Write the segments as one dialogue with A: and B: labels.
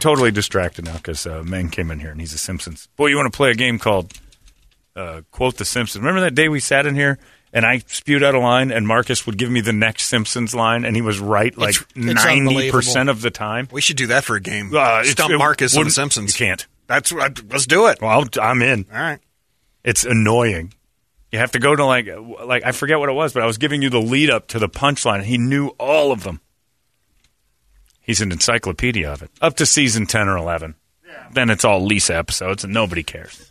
A: totally distracted now because uh, man came in here and he's a Simpsons. Boy, you want to play a game called uh, Quote the Simpsons. Remember that day we sat in here and I spewed out a line and Marcus would give me the next Simpsons line and he was right like
B: It's- it's
A: 90%
B: unbelievable.
A: of the time.
B: We should do that for a game.
A: Uh, it's-
B: Stump
A: it
B: Marcus on The
A: wouldn't-
B: Simpsons.
A: You can't.
B: That's what I- let's do it. All
A: Well, I'll, I'm in.
B: right.
A: It's annoying. You have to go to like like I forget what it was, but I was giving you the lead up to the punchline. He knew all of them. He's an encyclopedia of it. Up to season ten or eleven. Then it's all Lisa episodes, and nobody cares.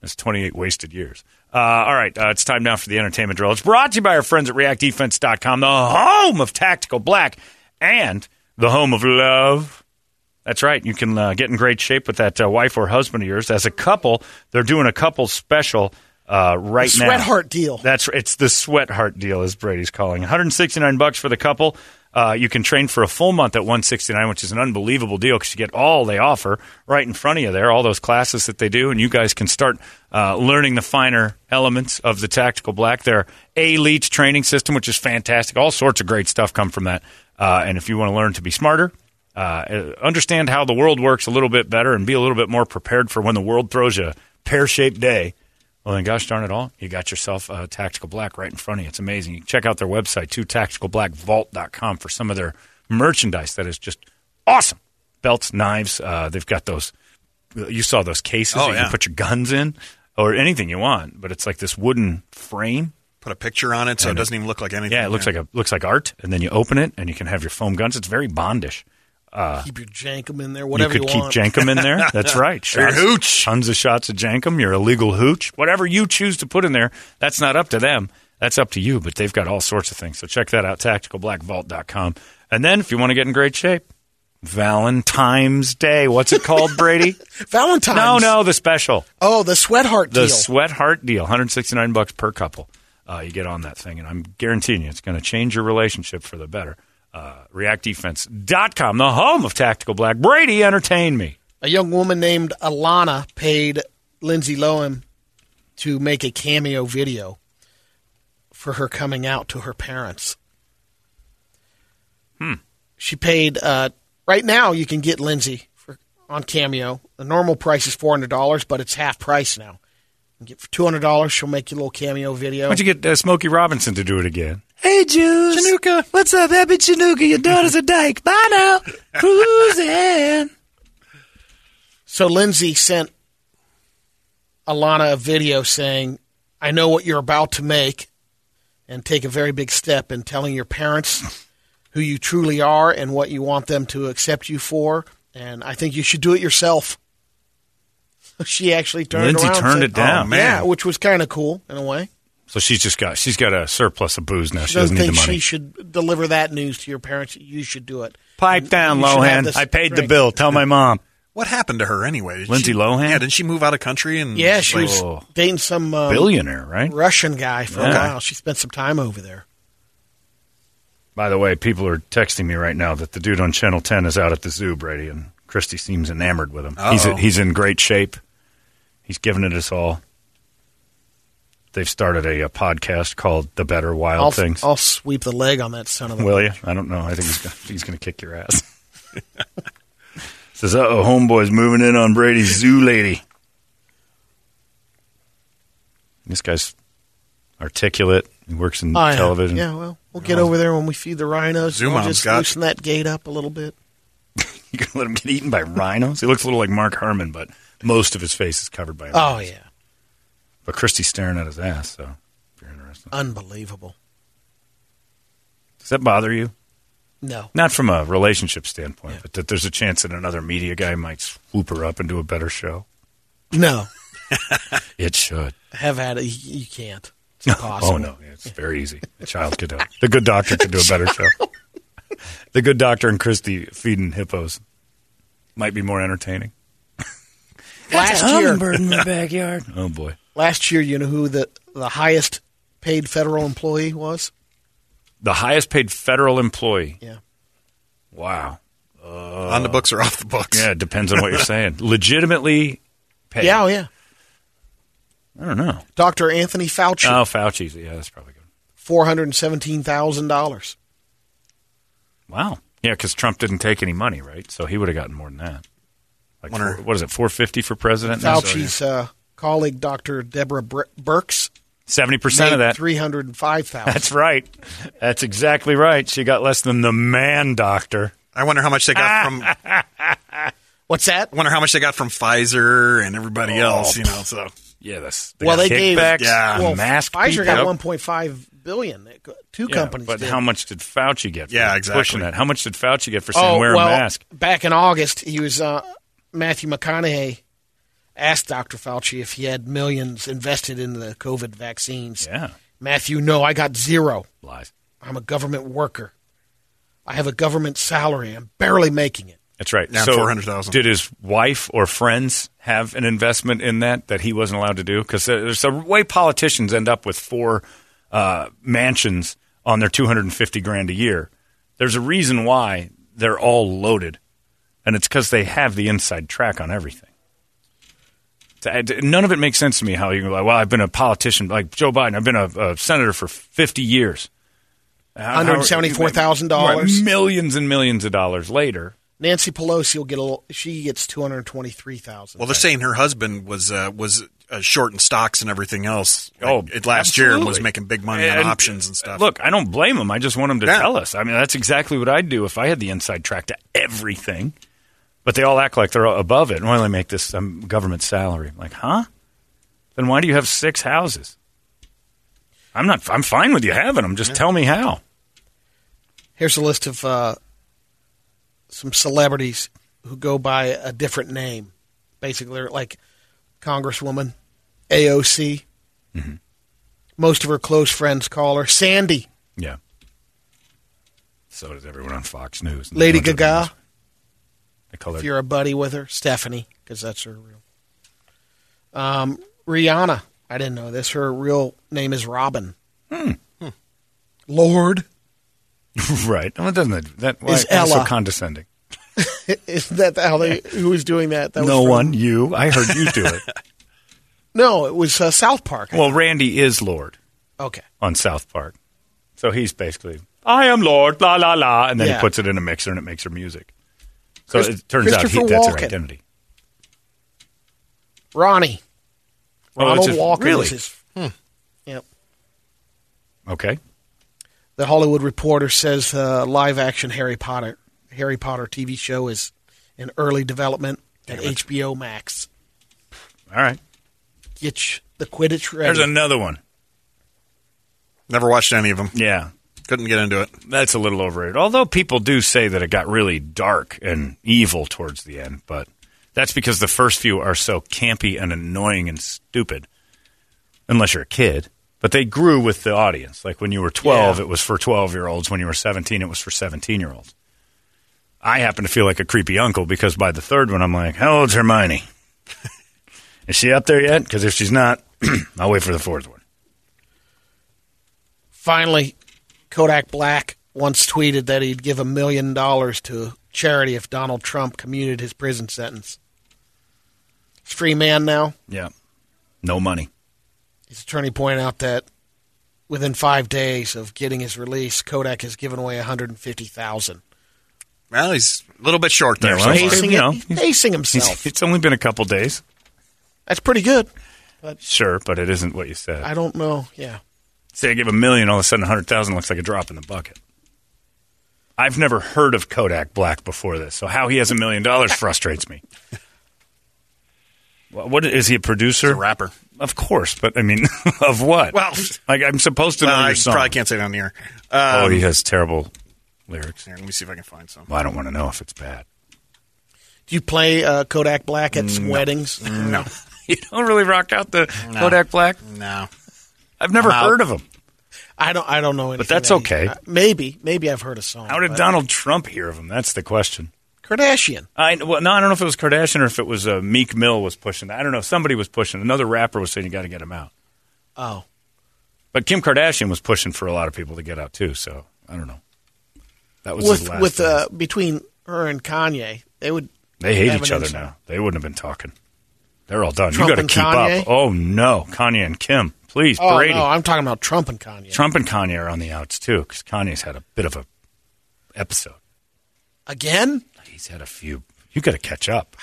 A: That's twenty eight wasted years. Uh, all right, uh, it's time now for the entertainment drill. It's brought to you by our friends at ReactDefense.com, the home of tactical black and the home of love. That's right. You can uh, get in great shape with that uh, wife or husband of yours. As a couple, they're doing a couple special uh, right
C: The
A: now.
C: sweat heart deal.
A: That's it's the sweat heart deal, as Brady's calling. it. 169 bucks for the couple. Uh, you can train for a full month at 169, which is an unbelievable deal because you get all they offer right in front of you there, all those classes that they do, and you guys can start uh, learning the finer elements of the tactical black. Their elite training system, which is fantastic. All sorts of great stuff come from that. Uh, and if you want to learn to be smarter, uh, understand how the world works a little bit better and be a little bit more prepared for when the world throws you a pear shaped day. Well, then, gosh darn it all, you got yourself a Tactical Black right in front of you. It's amazing. You can check out their website, too, tacticalblackvault.com, for some of their merchandise that is just awesome. Belts, knives, uh, they've got those. You saw those cases that
B: Oh,
A: you
B: yeah.
A: can put your guns in or anything you want, but it's like this wooden frame.
B: Put a picture on it so it doesn't even look like anything.
A: Yeah, it looks like a looks like art, and then you open it and you can have your foam guns. It's very bondish.
C: keep your jankum in there, whatever you,
A: you could keep
C: want.
A: Jankum in there. That's right.
B: your
A: Shots,
B: hooch.
A: Tons of shots of Jankum, your illegal hooch. Whatever you choose to put in there, that's not up to them. That's up to you, but they've got all sorts of things. So check that out, tacticalblackvault.com. And then if you want to get in great shape, Valentine's Day. What's it called, Brady?
C: Valentine's.
A: no, no, the special.
C: Oh, the sweat heart
A: The
C: deal.
A: sweat heart deal, 169 bucks per couple. Uh, you get on that thing, and I'm guaranteeing you it's going to change your relationship for the better. Uh, ReactDefense.com, the home of Tactical Black. Brady, entertain me.
C: a young woman named Alana paid Lindsay Lohan to make a cameo video for her coming out to her parents. Hmm. She paid. Uh, right now, you can get Lindsay for, on cameo. The normal price is four hundred dollars, but it's half price now. You can get for two hundred dollars, she'll make you a little cameo video.
A: Why'd you get uh, Smokey Robinson to do it again?
D: Hey, Juice. Chinooka. What's up, Happy Chinooka? Your daughter's a dyke. Bye now. Cruising.
C: So Lindsay sent Alana a video saying, I know what you're about to make, and take a very big step in telling your parents who you truly are and what you want them to accept you for. And I think you should do it yourself. She actually turned
A: Lindsay
C: around and
A: turned
C: said-
A: it down.
B: Oh, man.
C: Yeah, which was kind of cool in a way.
A: So she's just got she's got a surplus of booze now. She,
C: She
A: doesn't
C: doesn't
A: need the
C: think
A: money.
C: she should deliver that news to your parents. You should do it.
A: Pipe down,
C: You should have
A: Lohan.
C: this
A: I paid the
C: drink.
A: bill. Tell my mom.
B: What happened to her anyway? Did
A: Lindsay
B: she-
A: Lohan?
B: Yeah, didn't she move out of country? And
C: Yeah, she
B: like,
C: was
A: Whoa.
C: dating some um,
A: Mm, Billionaire, right?
C: Russian guy for
A: Yeah.
C: a while. She spent some time over there.
A: By the way, people are texting me right now that the dude on Channel 10 is out at the zoo, Brady, and Christy seems enamored with him. He's,
B: Uh-oh.
A: he's in great shape. He's giving it his all. They've started a, uh podcast called The Better Wild
C: I'll,
A: Things.
C: I'll sweep the leg on that son of a.
A: Will you? I don't know. I think he's gonna, he's going to kick your ass. Says, uh oh, homeboy's moving in on Brady's zoo lady. This guy's articulate. He works in
C: Oh, yeah.
A: television.
C: Yeah, well, we'll get over there when we feed the rhinos.
B: Zoom
C: we'll
B: on,
C: just
B: Scott.
C: loosen that gate up a little bit.
A: You going to let him get eaten by rhinos? He looks a little like Mark Herman, but most of his face is covered by him.
C: Oh yeah,
A: But Christy's staring at his ass, so if you're interested.
C: unbelievable.
A: Does that bother you?
C: No,
A: Not from a relationship standpoint, but that there's a chance that another media guy might swoop her up and do a better show?
C: no,
A: It should.
C: I have had it. You, you can't. It's impossible.
A: Oh no, Yeah, it's very easy. The child could do it. The good doctor could do a better show. The good doctor and Christy feeding hippos might be more entertaining.
C: Last year,
D: Hummingbird in my backyard.
A: Oh boy,
C: last year, you know who the the highest paid federal employee was?
A: the highest paid federal employee.
C: Yeah,
A: Wow.
B: on the books or off the books?
A: Yeah, it depends on what you're saying. Legitimately paid.
C: yeah, oh yeah.
A: I don't know.
C: Doctor Anthony Fauci,
A: Oh, Fauci's. Yeah, that's probably good.
C: four hundred seventeen thousand dollars.
A: Wow. Yeah, because Trump didn't take any money, right? So he would have gotten more than that. Like
B: Wonder-
A: four- what is it, four fifty for president? now?
C: Fauci's uh, colleague, Dr. Deborah Bur- Burks,
A: Seventy percent of that.
C: three hundred five thousand.
A: That's right. That's exactly right. She got less than the man doctor.
B: I wonder how much they
A: Ah!
B: got from. I
C: What's that?
B: wonder how much they got from Pfizer and everybody
A: Oh.
B: else. You know, so
A: Yeah, that's
C: Well, they gave-
A: kickbacks,
B: yeah,
A: well, mask
C: Pfizer got
A: people.
C: one point five billion. Two
A: Yeah,
C: companies.
A: But
C: did.
A: how much did Fauci get? For
B: Yeah,
A: Pushing
B: exactly.
A: that. How much did Fauci get for saying wear
C: Oh, well,
A: a mask?
C: Back in August, he was uh, Matthew McConaughey asked Dr. Fauci if he had millions invested in the COVID vaccines.
A: Yeah,
C: Matthew, no, I got zero.
A: lies.
C: I'm a government worker. I have a government salary. I'm barely making it.
A: That's right.
B: Yeah,
A: so
B: 400,000.
A: Did his wife or friends have an investment in that that he wasn't allowed to do? Because there's a way politicians end up with four uh, mansions on their 250 grand a year. There's a reason why they're all loaded, and it's because they have the inside track on everything. So, I- None of it makes sense to me how you're like, well, I've been a politician like Joe Biden. I've been a, a senator for 50 years. How- how-
C: $174,000.
A: Millions and millions of dollars later.
C: Nancy Pelosi will get a little, she gets 223,000.
B: well, they're saying her husband was uh, was uh, short in stocks and everything else. like,
A: Oh,
B: it- last year and was
A: absolutely.
B: making big money on options and stuff.
A: Look, I don't blame him. I just want him to
B: Yeah.
A: tell us. I mean, that's exactly what I'd do if I had the inside track to everything. But they all act like they're above it. And why do they make this um, government salary? I'm like, huh? Then why do you have six houses? I'm not. I'm fine with you having them. Just tell me how.
C: Here's a list of uh, some celebrities who go by a different name. Basically, they're like Congresswoman, AOC.
A: Mm-hmm.
C: Most of her close friends call her Sandy,
A: Yeah. So does everyone on Fox News. And
C: Lady
A: they don't do
C: Gaga,
A: the color.
C: if you're a buddy with her, Stephanie, because that's her real. Um, Rihanna, I didn't know this. Her real name is Robin. Lord,
A: right. Well, doesn't that, that why,
C: Is
A: why so
C: Ella.
A: condescending?
C: is that how they? Who was doing that? that was
A: No
C: from-
A: one. You. I heard you do it.
C: No, it was uh, South Park.
A: well, Randy is Lord.
C: okay.
A: on South Park. So he's basically, I am Lord, la la la, and then
C: Yeah.
A: he puts it in a mixer and it makes her music. So
C: Christ-
A: it turns out he,
C: Christopher
A: that's her
C: Walken.
A: identity.
C: Ronnie.
A: Oh,
C: Ronald
A: it's a-
C: Walken
A: really?
C: is his. hmm. Yep.
A: Okay.
C: The Hollywood Reporter says uh, live-action Harry Potter Harry Potter TV show is in early development at HBO Max.
A: All right.
C: Get sh- the Quidditch
A: There's
C: ready.
A: another one.
B: Never watched any of them.
A: Yeah.
B: Couldn't get into it.
A: That's a little overrated. Although people do say that it got really dark and evil towards the end, but that's because the first few are so campy and annoying and stupid. Unless you're a kid. But they grew with the audience. Like when you were 12, it was for 12 year olds. When you were 17, it was for 17 year olds. I happen to feel like a creepy uncle because by the third one, I'm like, how old's Hermione? Is she up there yet? Because if she's not, I'll wait for the fourth one.
C: Finally, Kodak Black once tweeted that he'd give a million dollars to charity if Donald Trump commuted his prison sentence. He's a free man now.
A: Yeah. No money.
C: His attorney pointed out that within five days of getting his release, Kodak has given away one hundred and fifty thousand.
B: Well, he's a little bit short there.
A: Yeah,
B: so
A: well,
B: far.
A: he's-
C: pacing,
A: you know,
C: he's pacing himself.
A: It's only been a couple days.
C: That's pretty good.
A: Sure, but it isn't what you said.
C: I don't know. Yeah.
A: Say I give a million, all of a sudden, hundred thousand looks like a drop in the bucket. I've never heard of Kodak Black before this, so how he has a million dollars frustrates me. Wha- What is he a producer?
B: a rapper.
A: of course, but I mean, of what?
B: Well-
A: like I'm supposed to know
B: Well, I
A: your song.
B: probably can't say it on the air.
A: Oh,
B: Um,
A: he has terrible lyrics.
B: here, let me see if I can find some.
A: Well, I don't want to know if it's bad.
C: Do you play uh, Kodak Black at some weddings?
B: No,
A: You don't really rock out the Kodak Black.
B: no.
A: I've never
B: I'm out.
A: heard of him.
C: I don't. I don't know. Anything
A: that's
C: that he-
A: okay.
C: uh, maybe. Maybe I've heard a song.
A: How did
C: but-
A: Donald Trump hear of him? That's the question.
C: Kardashian?
A: I well, no, I don't know if it was Kardashian or if it was uh, Meek Mill was pushing. that. I don't know. Somebody was pushing. Another rapper was saying you got to get him out.
C: Oh,
A: But Kim Kardashian was pushing for a lot of people to get out too. So I don't know. That was his
C: with
A: last.
C: with uh,
A: days.
C: between her and Kanye, they would.
A: they hate
C: have
A: each
C: an
A: other
C: incident.
A: now. They wouldn't have been talking. They're all done.
C: Trump
A: you got to
C: and
A: keep
C: Kanye?
A: up. Oh no, Kanye and Kim, please,
C: Oh
A: Brady.
C: no, I'm talking about Trump and Kanye.
A: Trump and Kanye are on the outs too because Kanye's had a bit of a episode.
C: Again?
A: He's had a few. You got to catch up.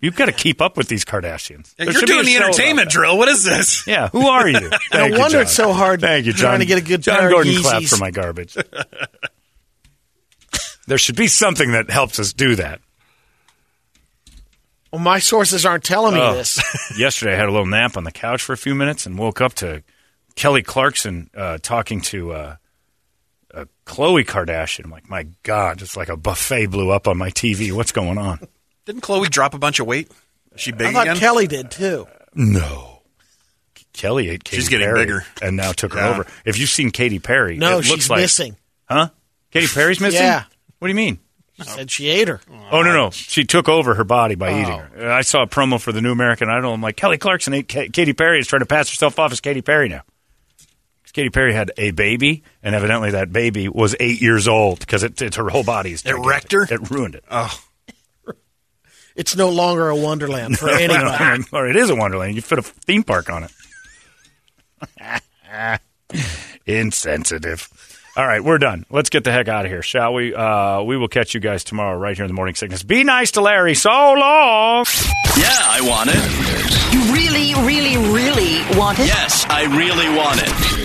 A: You've got to keep up with these Kardashians. There
B: You're
A: should be
B: doing
A: a
B: the
A: show about
B: entertainment
A: that.
B: drill. What is this?
A: Yeah, who are you? Thank
C: no
A: you,
C: wonder
A: John.
C: it's so hard
A: Thank you, John.
C: trying to get a good
A: John
C: pair of
A: Gordon clap
C: Yeezys.
A: for my garbage. there should be something that helps us do that.
C: Well, my sources aren't telling
A: Oh.
C: me this.
A: Yesterday, I had a little nap on the couch for a few minutes and woke up to Kelly Clarkson uh, talking to uh, uh, Khloe Kardashian. I'm like, my God, it's like a buffet blew up on my TV. What's going on?
B: Didn't Chloe drop a bunch of weight? Is she big
C: I thought
B: again?
C: Kelly did too.
A: No. Kelly ate Katy
B: She's getting
A: Perry
B: bigger.
A: and now took her
B: Yeah.
A: over. If you've seen Katy Perry, it
C: No,
A: looks
C: she's
A: like,
C: missing.
A: Huh? Katy Perry's missing?
C: Yeah.
A: What do you mean?
C: She said she ate her.
A: Oh no no! She took over her body by
B: Oh.
A: eating her. I saw a promo for the new American Idol. I'm like, Kelly Clarkson ate Ka- Katy Perry. Is trying to pass herself off as Katy Perry now. 'Cause Katy Perry had a baby, and evidently that baby was eight years old because it, it's her whole body is.
B: It
A: gigantic.
B: wrecked her? Oh.
A: It ruined it.
C: It's no longer a wonderland for anybody.
A: or it is a Wonderland. You fit a theme park on it. Insensitive. All right, we're done. Let's get the heck out of here, shall we? Uh, we will catch you guys tomorrow right here in the morning sickness. Be nice to Larry. So long.
E: Yeah, I want it.
F: You really, really, really want it?
E: Yes, I really want it.